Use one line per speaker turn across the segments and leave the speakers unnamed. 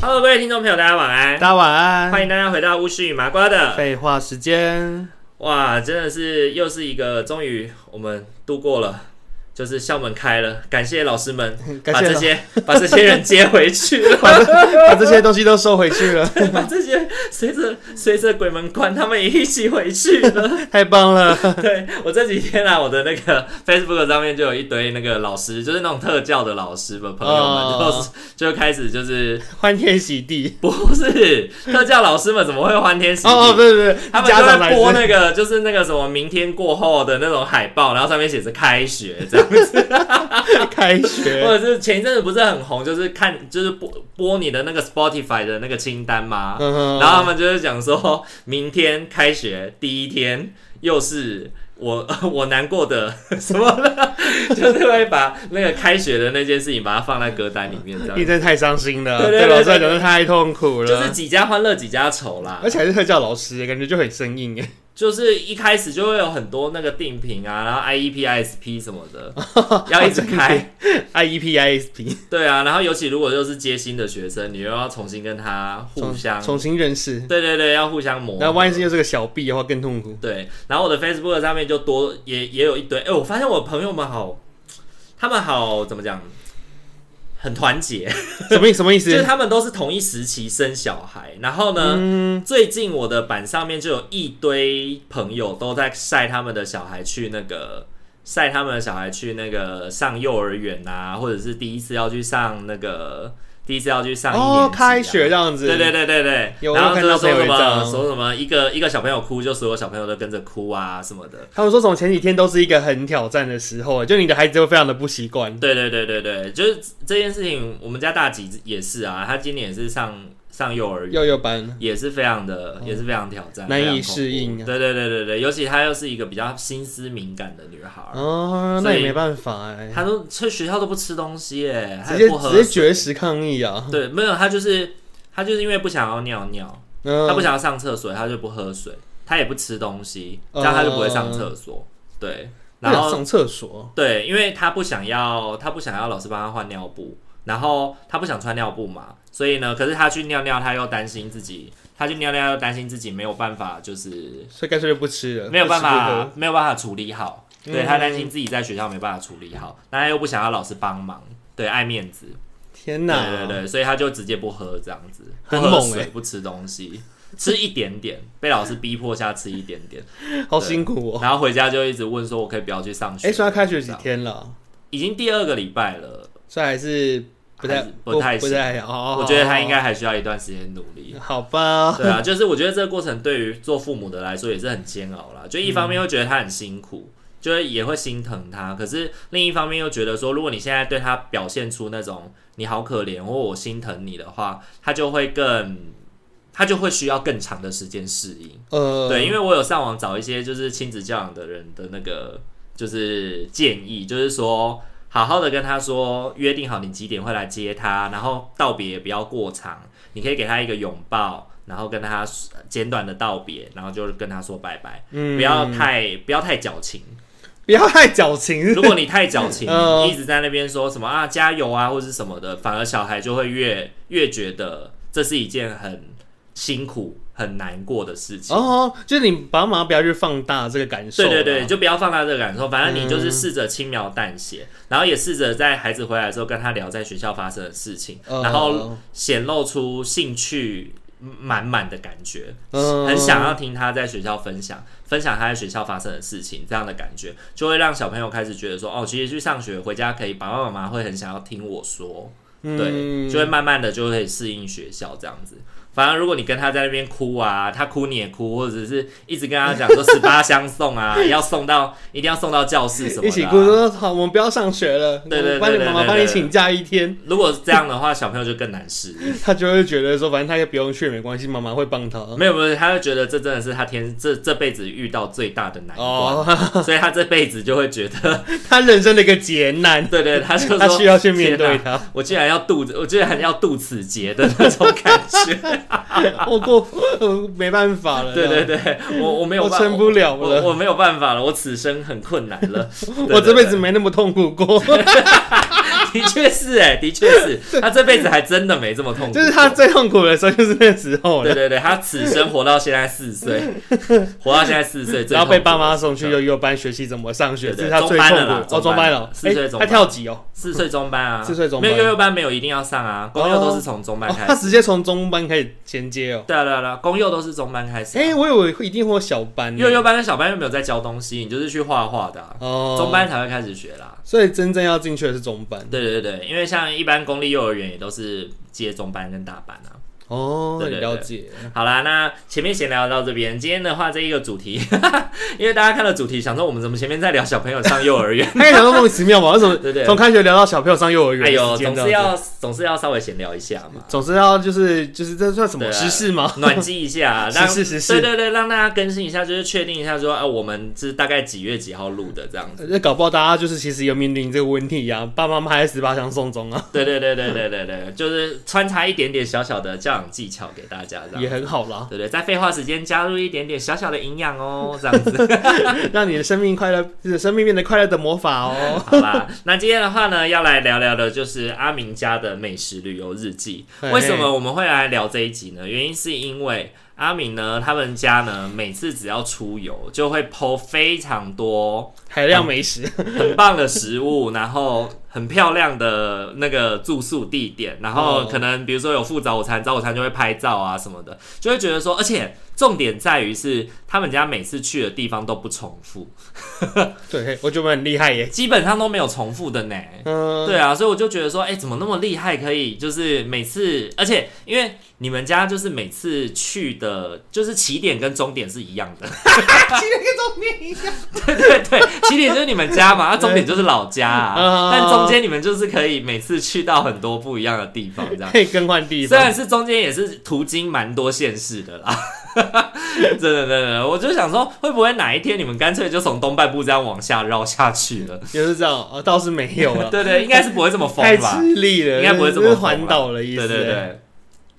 Hello，各位听众朋友，大家晚安
大。家晚安。
欢迎大家回到巫师与麻瓜的。
废话时间，
哇，真的是又是一个，终于我们度过了，就是校门开了，感谢老师们
感
把
谢
这
老
些把这些人接回去了，
把这把这些东西都收回去了，
把这些随着随着鬼门关他们也一起回去了。
太棒了！
对我这几天啊，我的那个 Facebook 上面就有一堆那个老师，就是那种特教的老师吧，朋友们
哦
就就开始就是
欢天喜 地。
不是特教老师们怎么会欢天喜地？
哦 哦，不是不是，
他们
家
就
长
会
来
播
自
那个，就是那个什么明天过后的那种海报，然后上面写着开学这样，
开学，
或者是前一阵子不是很红，就是看就是播播你的那个 Spotify 的那个清单嘛，
嗯哼
然后他们就是讲说明天开学第一天又是。我 我难过的 什么的， 就是会把那个开学的那件事情把它放在歌单里面，这
你
样
真的太伤心了，
对对
对老师
对
来
对
讲真的太痛苦
就是
了，
几家欢乐几家愁啦。
而且还是特教老师，感觉就很生硬耶。
就是一开始就会有很多那个定评啊，然后 IEP、ISP 什么 的，要一直开。
IEP、ISP
对啊，然后尤其如果又是接新的学生，你又要重新跟他 互
重
相，
重新认识，
对对对，要互相磨合。
那万一是又是个小 B 的话更痛苦。
对，然后我的 Facebook 上面就多也也有一堆，哎、我发现我朋友们好，他们好怎么讲，很团结，
什么意什么意
就是
思？
他们都是同一时期生小孩，然后呢，
嗯，
最近我的板上面就有一堆朋友都在晒他们的小孩去那个晒他们的小孩去那个上幼儿园啊，或者是第一次要去上那个第一次要去上一年级啊、
哦，开学这样子，
对对对对对，
有
然后
我
就
看
是
到
说什
朋友一
么
张
说什么一个一个小朋友哭，就所有小朋友都跟着哭啊什么的。
他们说从前几天都是一个很挑战的时候，就你的孩子会非常的不习惯。
对对对对对，就是这件事情，我们家大吉也是啊，他今年也是上上幼儿园，啊
幼幼班，
也是非常的，也是非常挑战，
哦难以
非常恐怖
适应啊
对对对对对，尤其她又是一个比较心思敏感的女孩，
哦，
所
那
以
也没办法哎，
她都去学校都不吃东西耶，她
直
也
接
不喝
直接绝食抗议啊！
对，没有，她就是她就是因为不想要尿尿，她不
嗯，
想要上厕所，她就不喝水，她也不吃东西，这
哦
样她就不会上厕所。对，
那
然后
上厕所，
对，因为她不想要，她不想要老师帮她换尿布，然后她不想穿尿布嘛，所以呢，可是她去尿尿，她又担心自己，她去尿尿又担心自己没有办法，就是
所以干脆就不吃 了，
没有办
不吃
法
不喝，
没有办法处理好。对
嗯
他担心自己在学校没办法处理好，但他又不想要老师帮忙，对，爱面子，
天
对对
哪，
对，所以他就直接不喝这样子，不
啊很
喝
猛
水，
欸
不吃东西，吃一点点，被老师逼迫下吃一点点，
好辛苦哦。
然后回家就一直问说，我可以不要去上学？
哎，所以他开学
这
几
样？
天了？
已经第二个礼拜了，
所以还是不太
还是不太
不
行
太好。哦
我觉得他应该还需要一段时间努力。
好吧，
对啊，就是我觉得这个过程对于做父母的来说也是很煎熬啦。就一方面会觉得他很辛苦，就是也会心疼他，可是另一方面又觉得说，如果你现在对他表现出那种你好可怜或我心疼你的话，他就会更，他就会需要更长的时间适应。
呃，
对，因为我有上网找一些就是亲子教养的人的那个就是建议，就是说好好的跟他说，约定好你几点会来接他，然后道别也不要过长，你可以给他一个拥抱，然后跟他简短的道别，然后就跟他说拜拜，
嗯
不要太不要太矫情。
不要太矫情，
如果你太矫情，
嗯
你一直在那边说什么啊加油啊或者是什么的，反而小孩就会越越觉得这是一件很辛苦、很难过的事情。
哦，就是你爸妈不要去放大这个感受啦，嗯
对对对，就不要放大这个感受，反正你就是试着轻描淡写，然后也试着在孩子回来的时候跟他聊在学校发生的事情，
呃
然后显露出兴趣满满的感觉，
嗯
很想要听他在学校分享分享他在学校发生的事情，这样的感觉就会让小朋友开始觉得说，哦，其实去上学回家可以，爸爸妈妈会很想要听我说，对，
嗯
就会慢慢的就会适应学校这样子。反而如果你跟他在那边哭啊，他哭你也哭，或者是一直跟他讲 说十八相送啊，要送到一定要送到教室什么的啊、
一起哭说好，我们不要上学了，
对对对
我帮你
对
妈妈
对
帮你
对
请假一天，
如果这样的话，小朋友就更难适应。
他就会觉得说，反正他也不用去，没关系，妈妈会帮他。
没有没有，他就觉得这真的是他天这这辈子遇到最大的难关，
哦，
所以他这辈子就会觉得，
他人生的一个劫难，
对对，他就说
他需要去面对
天哪
他。
我竟然要渡，我竟然要渡此劫的那种感觉。
我过，我没办法了。
对 对，对，我我没有
我
办
撑不了
我我
了，
我没有办法了，我此生很困难 了。对
我这辈
对
子，
对
没那么痛苦过。
的确是哎、的确是，他这辈子还真的没这么痛苦，
就是他。最痛苦的时候，就是那时 候
对
了。
对对，他此生活到现在四 岁，活到现在四岁，最
然后被
痛苦
爸
的
妈
时
送去
候
幼幼班学习怎么上学，
对
这
对
是他最
中
痛
班了啦
苦。哦，
中
中
班
班
了
了，
四
哎
岁中，
他
班
跳级哦，
四岁中班啊，
四岁中班
没有幼幼班没有一定要上啊，公幼都是从中班
哦
开
他
始。
直接从中班开始衔接哦。
对啊对啊对啊，公幼都是中班开始啊。
哎，我以为会一定会有小班呢，
幼幼班跟小班又没有在教东西，你就是去画画的啊，
哦，
中班才会开始学啦。
所以真正要进去的是中班
对对对，对因为像一般公立幼儿园也都是接中班跟大班啊。
哦，
对对对
了解。，
好啦，那前面闲聊到这边，今天的话这一个主题， 因为大家看了主题，想说我们怎么前面在聊小朋友上幼儿园
他也想说莫名其妙嘛，为什么
对对
从开学聊到小朋友上幼儿园
哎
的
呦，
时
总
间这
是
样子？
要总是要稍微闲聊一下嘛，
总是要就是就是这算什么
对啊
时事吗？
暖机一下，让
时事时事
对对对，让大家更新一下，就是确定一下说，啊，我们是大概几月几号录的这样 子。
那搞不好大家就是其实有面临这个问题啊，爸爸妈妈还在十八相送中啊，
对对对对对对对，就是穿插一点点小小的教养技巧给大家这
也
样。
很好啦，
对对，啊在废话时间加入一点点小小的营养哦，这样子。
让你的生命快乐，就是生命变得快乐的魔法哦。
好啦，那今天的话呢，要来聊聊的就是阿明家的美食旅游日记。 为什么我们会来聊这一集呢？原因是因为阿明呢，他们家呢，每次只要出游，就会剖非常多
海量美食？
很棒的食物，然后很漂亮的那个住宿地点，然后
哦
可能比如说有附早午餐，早午餐就会拍照啊什么的，就会觉得说，而且重点在于是他们家每次去的地方都不重复，
对，我觉得我们很厉害耶。
基本上都没有重复的呢。
嗯，
对啊，所以我就觉得说，哎、怎么那么厉害？可以就是每次，而且因为你们家就是每次去的，就是起点跟终点是一样的。
今天跟中间一样。
对 对对，起点就是你们家嘛，啊，终点就是老家啊
嗯。
但中间你们就是可以每次去到很多不一样的地方，这样。
可以更换地
啊虽
方。
然是中间也是途经蛮多县市的啦， 真的真的，我就想说，会不会哪一天你们干脆就从东半部这样往下绕下去了？
就是这样，哦，倒是没有了，
对 对，应该是不会这么疯
太
吧？
吃力了，
应该不会这
这
么
是
疯
环
啦
岛的意思。
对对，对。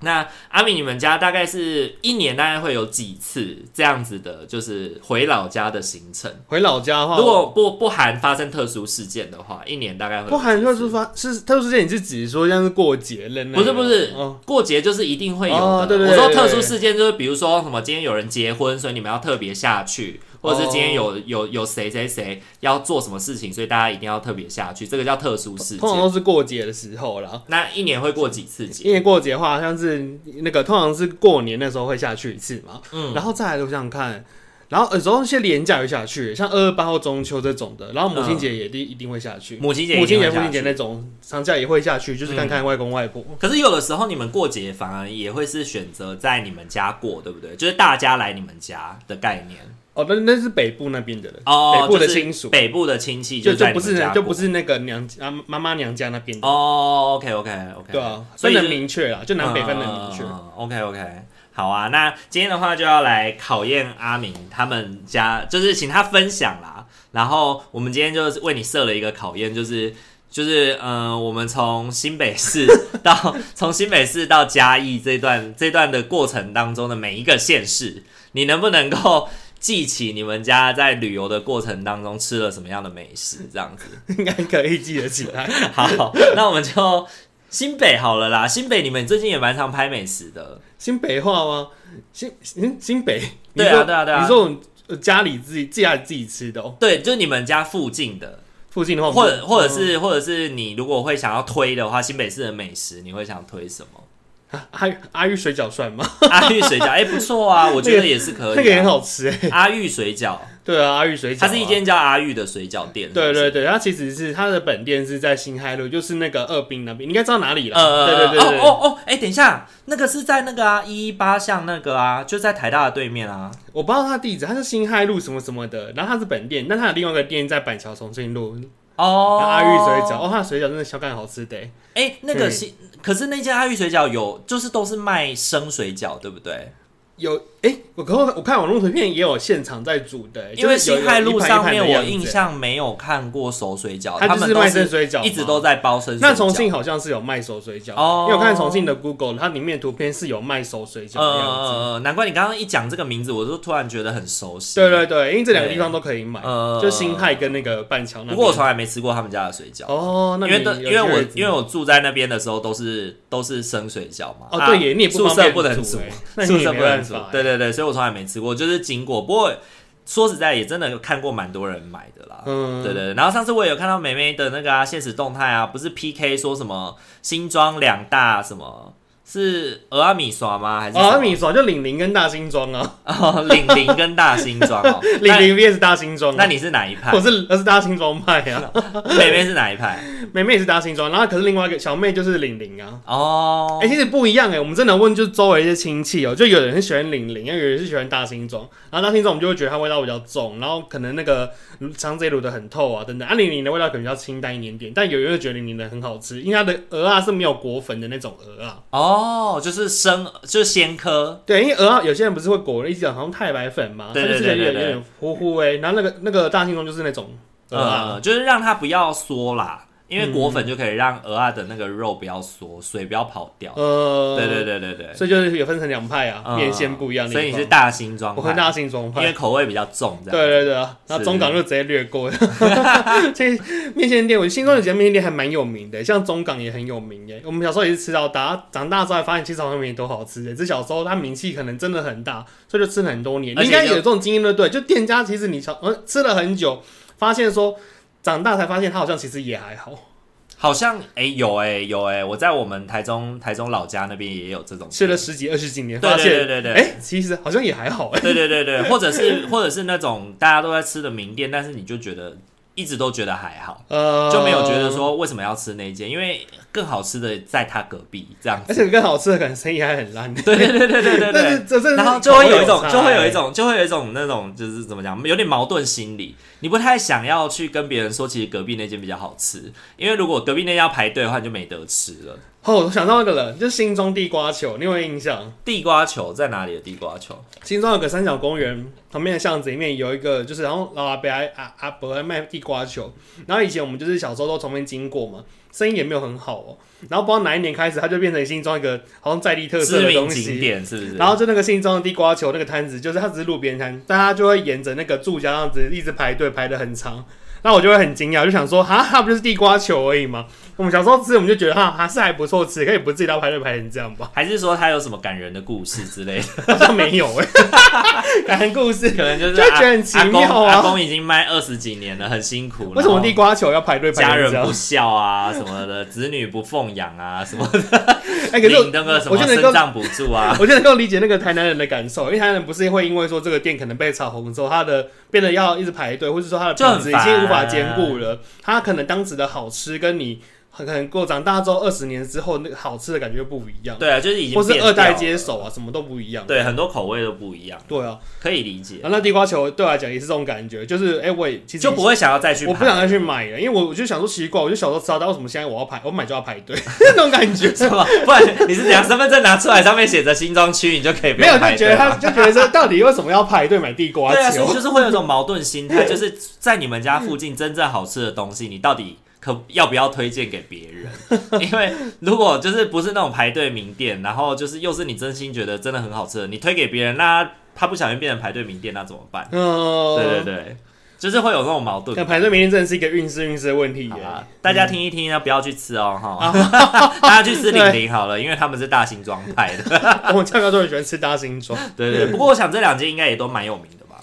那阿敏，你们家大概是一年大概会有几次这样子的，就是回老家的行程？
回老家的话，
如果不不含发生特殊事件的话，一年大概会有
不含
几
特
次
殊发呃是特殊事件，你是指说像是过节了那
不是不是
哦，
过节就是一定会有的。
哦对对
我
对
说
对
特殊
对
事件就是比如说什么今天有人结婚，所以你们要特别下去，或者是今天
哦
有、有有谁谁谁要做什么事情，所以大家一定要特别下去，这个叫特殊事
通常
件。
都是过节的时候啦。
那一年会过几次节？
因为过节的话，像是那个通常是过年那时候会下去一次嘛，
嗯
然后再来我想想看，然后有时候一些廉价会下去，像二二八或中秋这种的，然后母亲节也一定一定会下去，
母亲节、
嗯母亲节、父
母
亲节那种长假也会下去，就是看看外公外婆。
可是有的时候你们过节反而也会是选择在你们家过，对不对？就是大家来你们家的概念
哦，那那是北部那边的人，
哦，
北部的
就是
亲属，
北部的亲戚
就
在
就
你
不
们家
是
过
就不是那个娘家啊妈妈娘家那边的，
哦。OK OK OK，
对啊，
所
所
以
以啊
就
能明确啦，就南北分能明确。
OK OK，好啊，那今天的话就要来考验阿明他们家，就是请他分享啦。然后我们今天就是为你设了一个考验，就是。就是呃，我们从新北市到从新北市到嘉义这段这段的过程当中的每一个县市，你能不能够记起你们家在旅游的过程当中吃了什么样的美食？这样子，
应该可以记得起来。
好，那我们就新北好了啦。新北你们最近也蛮常拍美食的，
新北话吗？新新新北？
对啊
你说
对啊对啊
你说我们呃家里自己自家里自己吃的哦，
对，就是你们家附近的，
附近的话我
或者
们，
或者
嗯
是或者是你如果会想要推的话，新北市的美食你会想推什么？
啊阿阿玉水饺算吗？
阿玉水饺，哎、不错啊，我觉得也是可
那个
以、
也很
啊。
好吃哎，
阿玉水饺，
对啊，阿玉水饺、
它
啊，
是一间叫阿玉的水饺店。是不是
对对对，它其实是它的本店是在新海路，就是那个二滨那边，你应该知道哪里了。
呃，
对对对对，
哦哦哦，哎、等一下，那个是在那个啊一一八巷那个啊，就在台大的对面啊。
我不知道它地址，它是新海路什么什么的，然后它是本店，但它的另外一个店在板桥重庆路，
哦，
然后阿玉水饺，。哦，它的水饺真的小干好吃的欸，
哎、那个
嗯
是，可是那间阿玉水饺有，就是都是卖生水饺，对不对？
有哎、我看我看网络图片也有现场在煮的欸，
因为
就是有
新海路上面
有有
我
一盘一盘的样子
印象没有看过熟水饺，
它
他
就
们
是
都
卖生水饺嘛，
一直都在包生水饺。
那重庆好像是有卖手水饺，
哦
因为我看重庆的 Google，它里面图片是有卖手水饺
呃，
的
呃
样子。
呃难怪你刚刚一讲这个名字，我就突然觉得很熟悉。
对对对，因为这两个地方都可以买，
呃
就新泰跟那个板桥那边。
不过我从来没吃过他们家的水饺。
哦，那
因
你
为都
有
因为我
机会
因为我住在那边的时候都是都是生水饺嘛，
哦
啊
对耶，你也不
宿
方
舍
便
不能
煮欸，那你
宿
也
舍
没
不能
办
煮
法，
对对对，所以我从来没吃过，就是经过。不过说实在也真的看过蛮多人买的啦，
嗯，
对对对。然后上次我也有看到梅梅的那个啊现实动态啊，不是 PK 说什么新庄两大什么是俄阿米耍吗？还是
哦，
什
那
么
你说就李宁跟大新庄啊，
哦，领领跟大新庄 哦，
李宁 VS 大新庄啊，
那那你是哪一派
我？是我是大新庄派啊，
梅梅是哪一派？
妹妹也是大新庄，然后可是另外一个小妹就是李宁啊，
哦
哎、，其实不一样哎、我们真的问就是周围一些亲戚哦、就有人很喜欢零零，有人是喜欢大青粽，然后大青粽我们就会觉得它味道比较重，然后可能那个肠子也卤的很透啊等等，啊零零的味道可能比较清淡一点点，但有人就觉得零零的很好吃，因为它的鹅啊是没有裹粉的那种鹅啊，
哦，就是生就是鲜科，
对，因为鹅啊有些人不是会裹了一点好像太白粉嘛，它
对
就
对
是有
对对
点有
对
点糊糊哎、然后那个那个大青粽就是那种鹅啊，
呃，就是让它不要缩啦，因为裹粉就可以让鹅啊的那个肉不要缩，水不要跑掉。
呃，
对对对对对，
所以就是有分成两派啊，
嗯
面线不一样的地
所
方，
以你是大新庄
我和
派，
大青粽
因
派
为。口味比较重，这
对
样。
对对啊，然后
是
中港就直接略 过了。这面线店，我心中有几家面线店还蛮有名的，像中港也很有名耶。我们小时候也是吃到大，长大之后还发现其实好像没多好吃耶。只是小时候它名气可能真的很大，所以就吃了很多年。
而
你
且
应该
就
有这种经验对不对？就店家其实你小嗯吃了很久，发现说长大才发现它好像其实也还好，
好像哎、有哎、有哎、我在我们台中台中老家那边也有这种
吃了
店。
十几二十几年，
对
发
对对
现
对对。
哎其实好像也还好哎。
哦对对对 对，或者是或者是那种大家都在吃的名店，但是你就觉得一直都觉得还好，
呃，
就没有觉得。说为什么要吃那间，因为更好吃的在它隔壁这样
而
子。
且更好吃的可能生意还很 烂，
对对对对对对
但
对
是。这这
然后就会有一种，
差
就会有
欸
一种，就会有一种那种，就是怎么讲，有点矛盾心理。你不太想要去跟别人说，其实隔壁那间比较好吃，因为如果隔壁那间要排队的话，你就没得吃了。
哦，我想到一个人，就是新庄地瓜球，你有没有印象？
地瓜球在哪里的地瓜球？
新庄有个三角公园旁边的巷子里面有一个，就是然后老阿伯阿阿阿伯在卖地瓜球，然后以前我们就是小时候都从那边经过嘛，生意也没有很好哦、然后不知道哪一年开始，它就变成新庄一个好像在地特色
知
的
名
东
景
西。
点是不是？
然后就那个新庄的地瓜球那个摊子，就是它只是路边摊，但它就会沿着那个住家这样子一直排队排的很长。那我就会很惊讶，就想说，哈，它不就是地瓜球而已吗？我们小时候吃，我们就觉得哈，还是还不错吃，可以不自己到排队排成这样吧。
还是说它有什么感人的故事之 类的？
好像没有哎、感人故事
可能 就是
就
阿
觉得很奇
阿公
妙啊
阿 公已经卖二十几年了，很辛苦了。
为什么
然后
地瓜球要排队排
家
成
人
这样
不？孝啊什么的，子女不奉养 啊什么的，
哎、可是
领
我
那个什
我
么
觉得
生
跟
障补助 啊，
我就能够理解那个台南人的感受，因为台南人不是会因为说这个店可能被炒红之后，他的变得要一直排队，或是说他的
就很
品质已经无法
烦
兼顾了，他可能当时的好吃跟你很可能过长大之后二十年之后那个好吃的感觉不一样，
对啊，就是已经
或是
变
二代
掉
接
了
手啊，什么都不一样。
对，很多口味都不一样，
对啊，
可以理解
然，后那地瓜球对我来讲也是这种感觉，就是哎、我也其实
就不会想要再去。
我不想再去买了，因为我我就想说奇怪，我就小时候吃到，但为什么现在我要排，我买就要排队那种感觉？
是吗？不然你是怎样？身份证拿出来，上面写着新庄区，你就可以不
没
用
有
排
就觉
队
得
吗。
他就觉得说，到底为什么要排队买地瓜
对啊，所以
球？
就是会有一种矛盾心态，就是在你们家附近真正好吃的东西，你到底可要不要推荐给别人？因为如果就是不是那种排队名店，然后就是又是你真心觉得真的很好吃的，你推给别人，那他不小心变成排队名店，那怎么办？
嗯，
对对对，就是会有那种矛盾
那。排队明天真的是一个运势运势的问题
好
耶。
啦，大家听一听呢，不要去吃哦，哈， 大家去吃零零好了，因为他们是大型装派的，
我们家高都很喜欢吃大新庄，
对对对。不过我想这两间应该也都蛮有名的吧？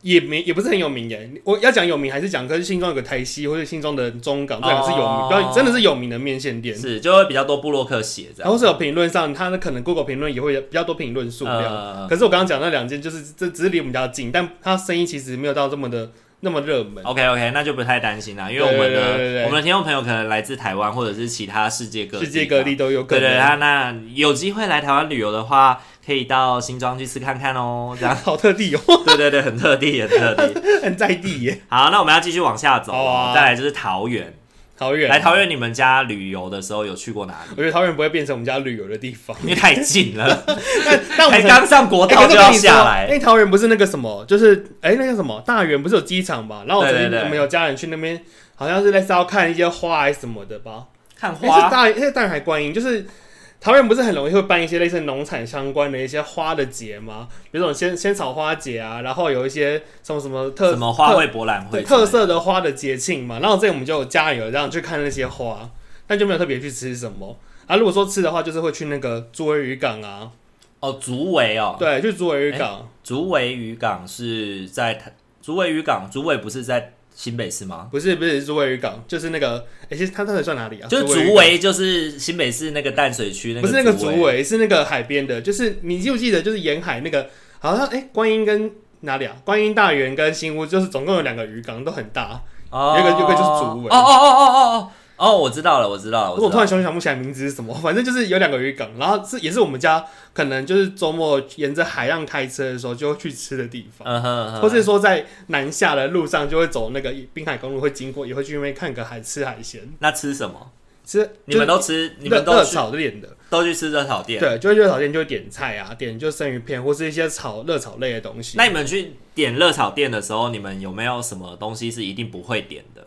也没也不是很有名耶。我要讲有名还是讲，可是新庄有个台西或者新庄的中港，这两个是有名，
哦
比较真的是有名的面线店。
是啊就会比较多部落客写这
然
样。
后哦是有评论上，它可能 Google 评论也会有比较多评论数量。
呃
可是我刚刚讲那两间，就是这只是离我们家近，但它生意其实没有到这么的那么热门。
OK OK，那就不太担心啦，因为我们的
对对对对对
我们的听众朋友可能来自台湾或者是其他世界各地嘛
世界各地都有可
对
能。
对，对啊，那有机会来台湾旅游的话，可以到新庄去吃看看哦。这样，
好特地哦，
对对对，很特地，很特 地。
很在地耶，
好，那我们要继续往下走
好
哦，
啊
再来就是桃园。
桃园。
来桃园，你们家旅游的时候有去过 哪里？
我觉得桃园不会变成我们家旅游的地 方。
因为太近了，
但但我
才
们
刚上国
哎
道
可
就是
我
要
跟你说
下来。
因为桃园不是那个什么，就是哎、那个什么大园不是有机场吧？然后我
对
曾
对
经
对
我们有家人去那边，好像是类似要看一些花还是什么的吧？
看
哎、是
花，
大那大园还观音，就是桃园不是很容易会办一些类似农产相关的一些花的节吗？比如这种仙仙草花节啊，然后有一些什么什么特
什么花卉博览
对
会之类的，
特色的花的节庆嘛，然后这里我们就有家人有这样去看那些花，但就没有特别去吃什么。啊，如果说吃的话，就是会去那个竹围渔港啊，
哦，竹围哦，
对，去竹围渔港，
竹围渔港是在台竹围渔港，竹围不是在新北市吗？
不是不是竹围渔港，就是那个，哎、其实它到底算哪里啊？
就是
渔
竹
港，
围，就是新北市那个淡水区那个，
不是那个竹，围，是那个海边的，就是你记不记得，就是沿海那个，好像哎、观音跟哪里啊？观音大园跟新屋，就是总共有两个渔港，都很大。
哦，
有一个有一个就是竹围
哦哦哦哦哦哦哦，我知道了，我知道了，
我
知
突
道
然
了。
想想不起来名字是什么， 反正就是有两个渔港，然后是也是我们家可能就是周末沿着海浪开车的时候就会去吃的地方，
嗯哼，嗯
或
哼
是说在南下的路上就会走那个滨海公路会经过，也会去那边看个海吃海鲜，
那吃什么？
吃
你们
都
都吃，你们都
热
去
炒店的，
都去吃热炒店。
对，就会热炒店就会点菜啊，点就生鱼片或是一些炒热炒类的东西。
那你们去点热炒店的时候，你们有没有什么东西是一定不会点的？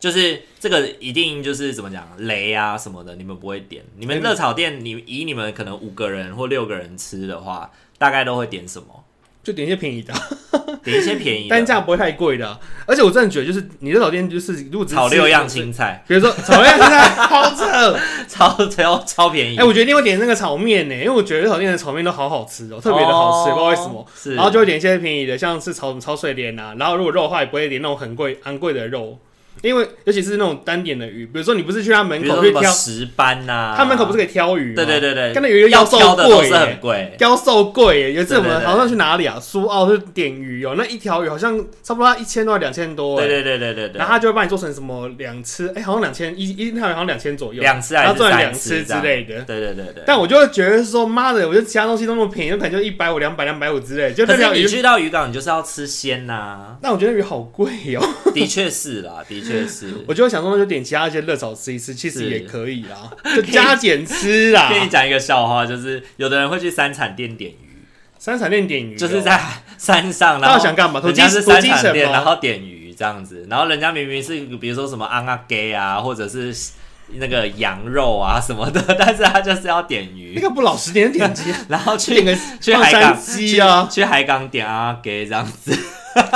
就是这个一定就是怎么讲雷啊什么的，你们不会点。
哎
你们热炒店，你以你们可能五个人或六个人吃的话，大概都会点什么？
就点一些便宜的啊，
点一些便宜
单
的，
价不会太贵的啊、而且我真的觉得就是你热炒店就是如果只是
炒
吃
六样，青 菜，
比如说炒六样青菜， 好扯。
超超超便宜
哎、，我决定会点那个炒面呢、因为我觉得炒面的炒面都好好吃哦、特别的好吃，
哦
不知道为什么。
是，
然后就会点一些便宜的，像是炒炒水莲啊。然后如果肉的话，也不会点那种很贵昂贵的肉，因为尤其是那种单点的鱼，比如说你不是去他门
比如
口
说什
去
么
挑，
石斑呐，
他门口不是可以挑鱼吗？啊
对对对对，
跟那鱼
要
瘦
挑的都
贵、
是很
耶，
贵，
挑瘦贵、耶。有一次我
对对
们
对
好像去哪里啊，苏澳去点鱼哦、那一条鱼好像差不多一千多两千多、
对
耶。
对对对对对
然后，他就会帮你做成什么两吃，哎、好像两千一一条鱼好像两千左右，
两次
然
还
后
是
做成
三
两
次
吃
这
之
样
类的。
对对对对。
但我就会觉得说，妈的，我觉得其他东西都那么便宜，有可能就一百五、两百、两百五之类，就
可
那
是
条
你
鱼。
去到渔港，你就是要吃鲜呐、
但我觉得鱼好贵哦、
的确是啦，的确是。
我就会想说，那就点其他一些热炒吃一吃，其
是
实也可以啦， 就加减吃啦。
跟你讲一个笑话，就是有的人会去三产店点鱼，
三产店点鱼哦、
就是在山上，然
他
后
要想干嘛？投
人
机
家是
投
三
机
产
什
店，然
么？
后点鱼这样子，然后人家明明是比如说什么昂啊 gay 啊，或者是那个羊肉啊什么的， 但是他就是要点
那
鱼，
个不老实 点点鸡，
然后去
点个
去
放
海港
山鸡啊，
去海港点啊给这样子。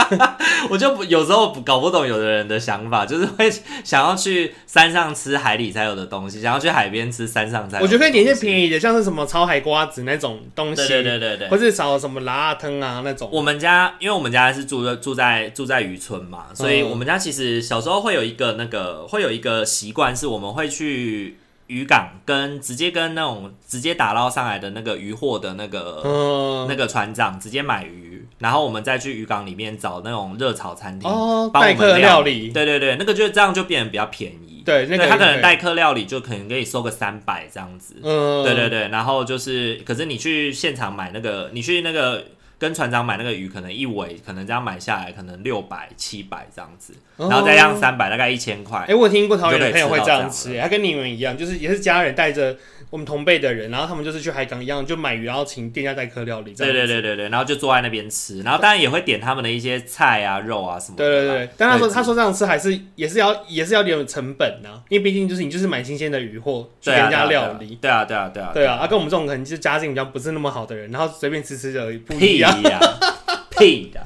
我就不有时候不搞不懂有的人的想法，就是会想要去山上吃海里才有的东西，想要去海边吃山上才有
我觉得可以点一些
宜
便宜的，像是什么炒海瓜子那种东
对
西，
对对对对
或。是炒什么辣汤啊那种。
我们家因为我们家是住在住在住在渔村嘛，所以
嗯
我们家其实小时候会有一个那个会有一个习惯，是我们会去渔港跟直接跟那种直接打捞上来的那个渔获的那个
嗯，
那个船长直接买鱼，然后我们再去渔港里面找那种热炒餐厅，
哦，
帮我
待
们
客
料
料理，
对对对，那个就这样就变得比较便宜。
对，那个
对他可能
也
代客料理就可能给你收个三百这样子。
嗯，
对对对，然后就是，可是你去现场买那个，你去那个跟船长买那个鱼，可能一尾可能这样买下来，可能六百七百这样子，然后再让
哦
三百，大概一千
哎、
块。
我有听过桃园
你就
的
可
朋
以
友会
吃到
这样
这
吃、
样
哎他跟你们一样，就是也是家人带着我们同辈的人，然后他们就是去海港一样，就买鱼，然后请店家代客料理这
对对
样。
对对对，然后就坐在那边吃，然后当然也会点他们的一些菜啊、肉啊什么的啦。
对对对，但他说
对
他说这样吃还是也是要也是要点成本呐、因为毕竟就是你就是买新鲜的鱼货去
对
跟
啊
人家
对啊
料理，
对啊对啊对啊
对啊，啊跟我们这种可能就是家境比较不是那么好的人，然后随便吃吃而已不一
屁
样。
呀、 屁的！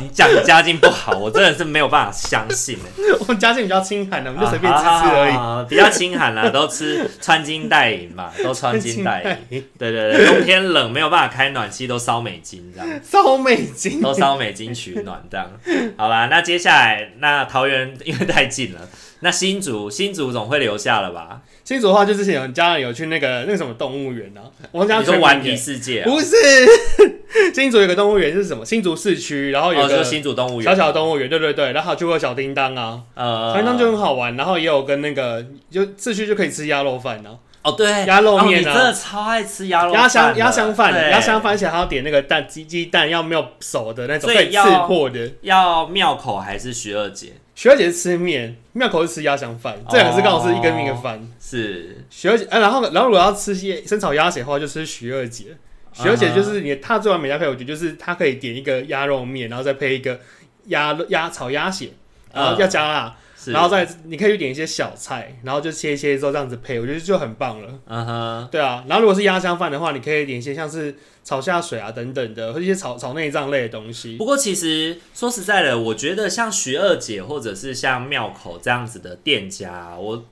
你讲你家境不好，我真的是没有办法相信欸
我们家境比较清寒的，我们就 随便吃吃
啊
而已。
好好好比较清寒啦，都吃穿金戴银 嘛，都穿金戴银。
银，
对对对，冬天冷没有办法开暖气，都烧美金这样。
烧美金，
都烧美金取暖这样。好啦，那接下来那桃园因为太近了，那新竹新竹总会留下了吧？
新竹的话，就之前有人家人有去那个那个什么动物园啊，我们家
你说
全
顽
玩
皮世界、啊，
不是 新竹有个动物园是什么？新竹市区，然后有
哦，
个
说
小
新竹动物园，
小的动物园，对对对，然后还有去过小叮当啊，
呃，
小叮当就很好玩，然后也有跟那个就市区就可以吃鸭肉饭啊，
哦对，
鸭肉面啊
哦你真的超爱吃鸭肉饭的啊
鸭香鸭香饭，
对
鸭香饭，而且还要点那个蛋鸡鸡蛋，要没有熟的那种
所以
被刺
要
破的。
要妙口还是徐二姐？
徐二姐是吃面，妙口是吃鸭香饭，这两个是刚好是一跟一个
哦
饭。
是
徐二姐，呃，然后然后如果要吃些生炒鸭血的话，就吃徐二姐。徐二
啊
姐就是你，她最完美搭配，我觉得就是她可以点一个鸭肉面，然后再配一个鸭鸭炒鸭血，然后要加辣，
啊是，
然后再你可以去点一些小菜，然后就切一切之后这样子配，我觉得就很棒了。
嗯哼，
对啊，然后如果是鸭香饭的话，你可以点一些像是炒下水啊等等的，或者一些炒炒内脏类的东西。
不过其实说实在的，我觉得像徐二姐或者是像庙口这样子的店家，我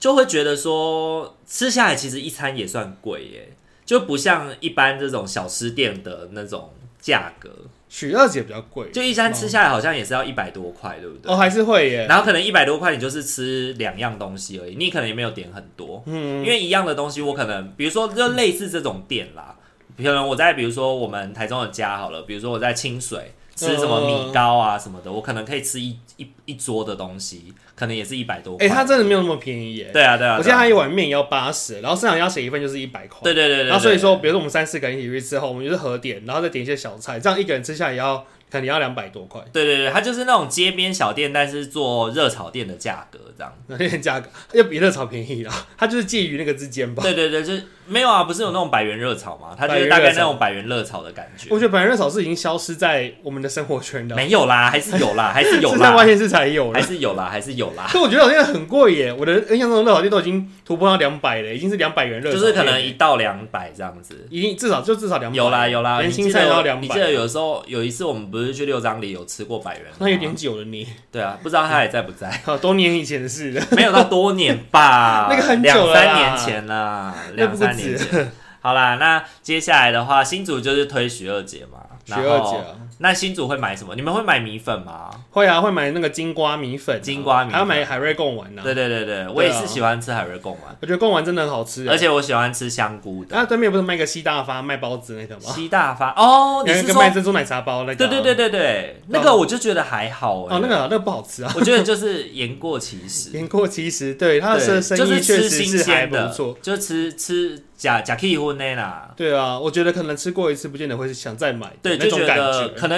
就会觉得说吃下来其实一餐也算贵耶，就不像一般这种小吃店的那种价格，
许二姐比较贵，
就一餐吃下来好像也是要一百多块，对不对？
哦还是会耶，
然后可能一百多块，你就是吃两样东西而已，你可能也没有点很多，
嗯
因为一样的东西，我可能比如说就类似这种店啦，可能我在比如说我们台中的家好了，比如说我在清水吃什么
嗯
米糕啊什么的，我可能可以吃一一一桌的东西，可能也是一百多块。
哎、它真的没有那么便宜耶。
对啊对啊，
我记
对
得
啊
它一碗面也要八十，然后生炒鸭血一份就是一百块。
对对对对，
然后所以
对
说，比如说我们三四个人一起去吃后，我们就是合点，然后再点一些小菜，这样一个人吃下来也要可能也要两百多块，
对对对，它就是那种街边小店，但是做热炒店的价格这样。
那些价格要比热炒便宜啦，它就是介于那个之间吧。
对对对，就是没有啊，不是有那种百元热炒吗？它就
百
是
元
大概
热
那
炒
种百元热炒的感觉。
我觉得本来热炒是已经消失在我们的生活圈的，
没有啦，还是 有啦，还是有
是在
啦
外，县市才有
还
了。
是有啦，还是有啦。
可我觉得好像很贵耶，我的印象中热炒店都已经突破到两百了，已经是两百元热炒
就
店，
是可能一到两百这样子。
已经至少就至少两百
有啦有啦，
连
你
青
记
菜
得
都要
有
两
你
百啊
记，得有时候有一次我们不是去六张里有吃过百元吗？
那有点久了你，，
对啊，不知道他还在不在
好多年以前的事了。
没有到多年吧，
那个很久了啦
两三年前啦，
那
两
不
三
止
年前。好啦，那接下来的话，新竹就是推徐二姐嘛，
徐
然
二
后
姐啊
那新竹会买什么？你们会买米粉吗？
会啊，会买那个金瓜米粉啊、
金瓜米粉
还要买海瑞贡丸呢、啊
对对对对，我也
对
是
啊
喜欢吃海瑞贡丸，
我觉得贡丸真的很好吃、
而且我喜欢吃香菇的。
啊，对面不是卖个西大发卖包子那个吗？
西大发哦，你
有一
是
个
说
卖珍珠奶茶包那个、
对
啊
对对，对对，那个我就觉得还好哎、
哦，那个啊、那个不好吃啊，
我觉得就是言过其实，
言过其实，对它
对
的生
就
意
是
确
吃
实
新
是还
鲜
不
的
错。，
就吃吃假假 K 婚的啦，
对啊，我觉得可能吃过一次，不见得会想再买的
对，
那
就
种
觉
感
得
觉。
可能。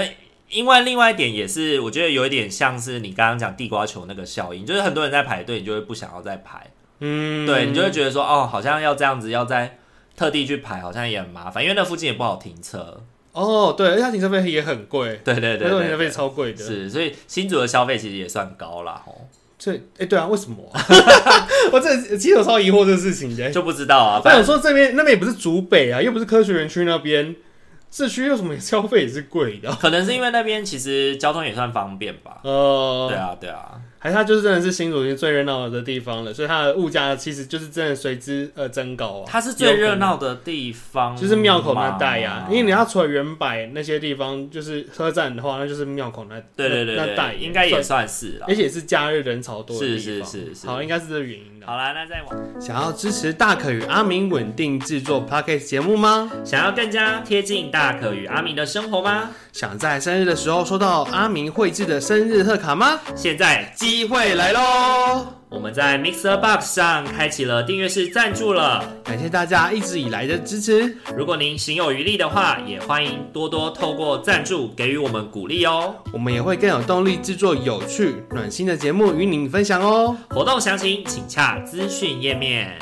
因为另外一点也是，我觉得有一点像是你刚刚讲地瓜球那个效应，就是很多人在排队，你就会不想要再排，
嗯，
对你就会觉得说，哦，好像要这样子，要在特地去排，好像也很麻烦，因为那附近也不好停车。
哦，对，而且它停车费也很贵，
对对对
那种
对
停车费
对
超贵的。
是，所以新竹的消费其实也算高啦，吼。
这，哎，对啊，为什么啊、 我这其实我超疑惑这个事情的。
就不知道啊。
我
反正
想说这边那边也不是竹北啊，又不是科学园区那边，市区有什么消费也是贵的。
可能是因为那边其实交通也算方便吧。
呃，
对啊，对啊，
还是它就是真的是新竹已经最热闹的地方了，所以它的物价其实就是真的随之呃增高啊。
它是最热闹的地方，
就是庙口那带呀、因为你
要
要除了原百那些地方，就是车站的话，那就是庙口那
对对对
那那带
对，应该也
算哎
算是啦
而。且是假日人潮多的
是
地方
是是是
好，应该是这个原因的。
好啦，那再往
想要支持大可与阿明稳定制作 podcast 节目吗？
想要更加贴近大可与阿明的生活吗？
想在生日的时候收到阿明绘制的生日贺卡吗？
现在
机会来喽！
我们在 Mixer Box 上开启了订阅式赞助了。
感谢大家一直以来的支持。
如果您行有余力的话，也欢迎多多透过赞助给予我们鼓励哦。
我们也会更有动力制作有趣、暖心的节目与您分享哦。
活动详情请洽资讯页面。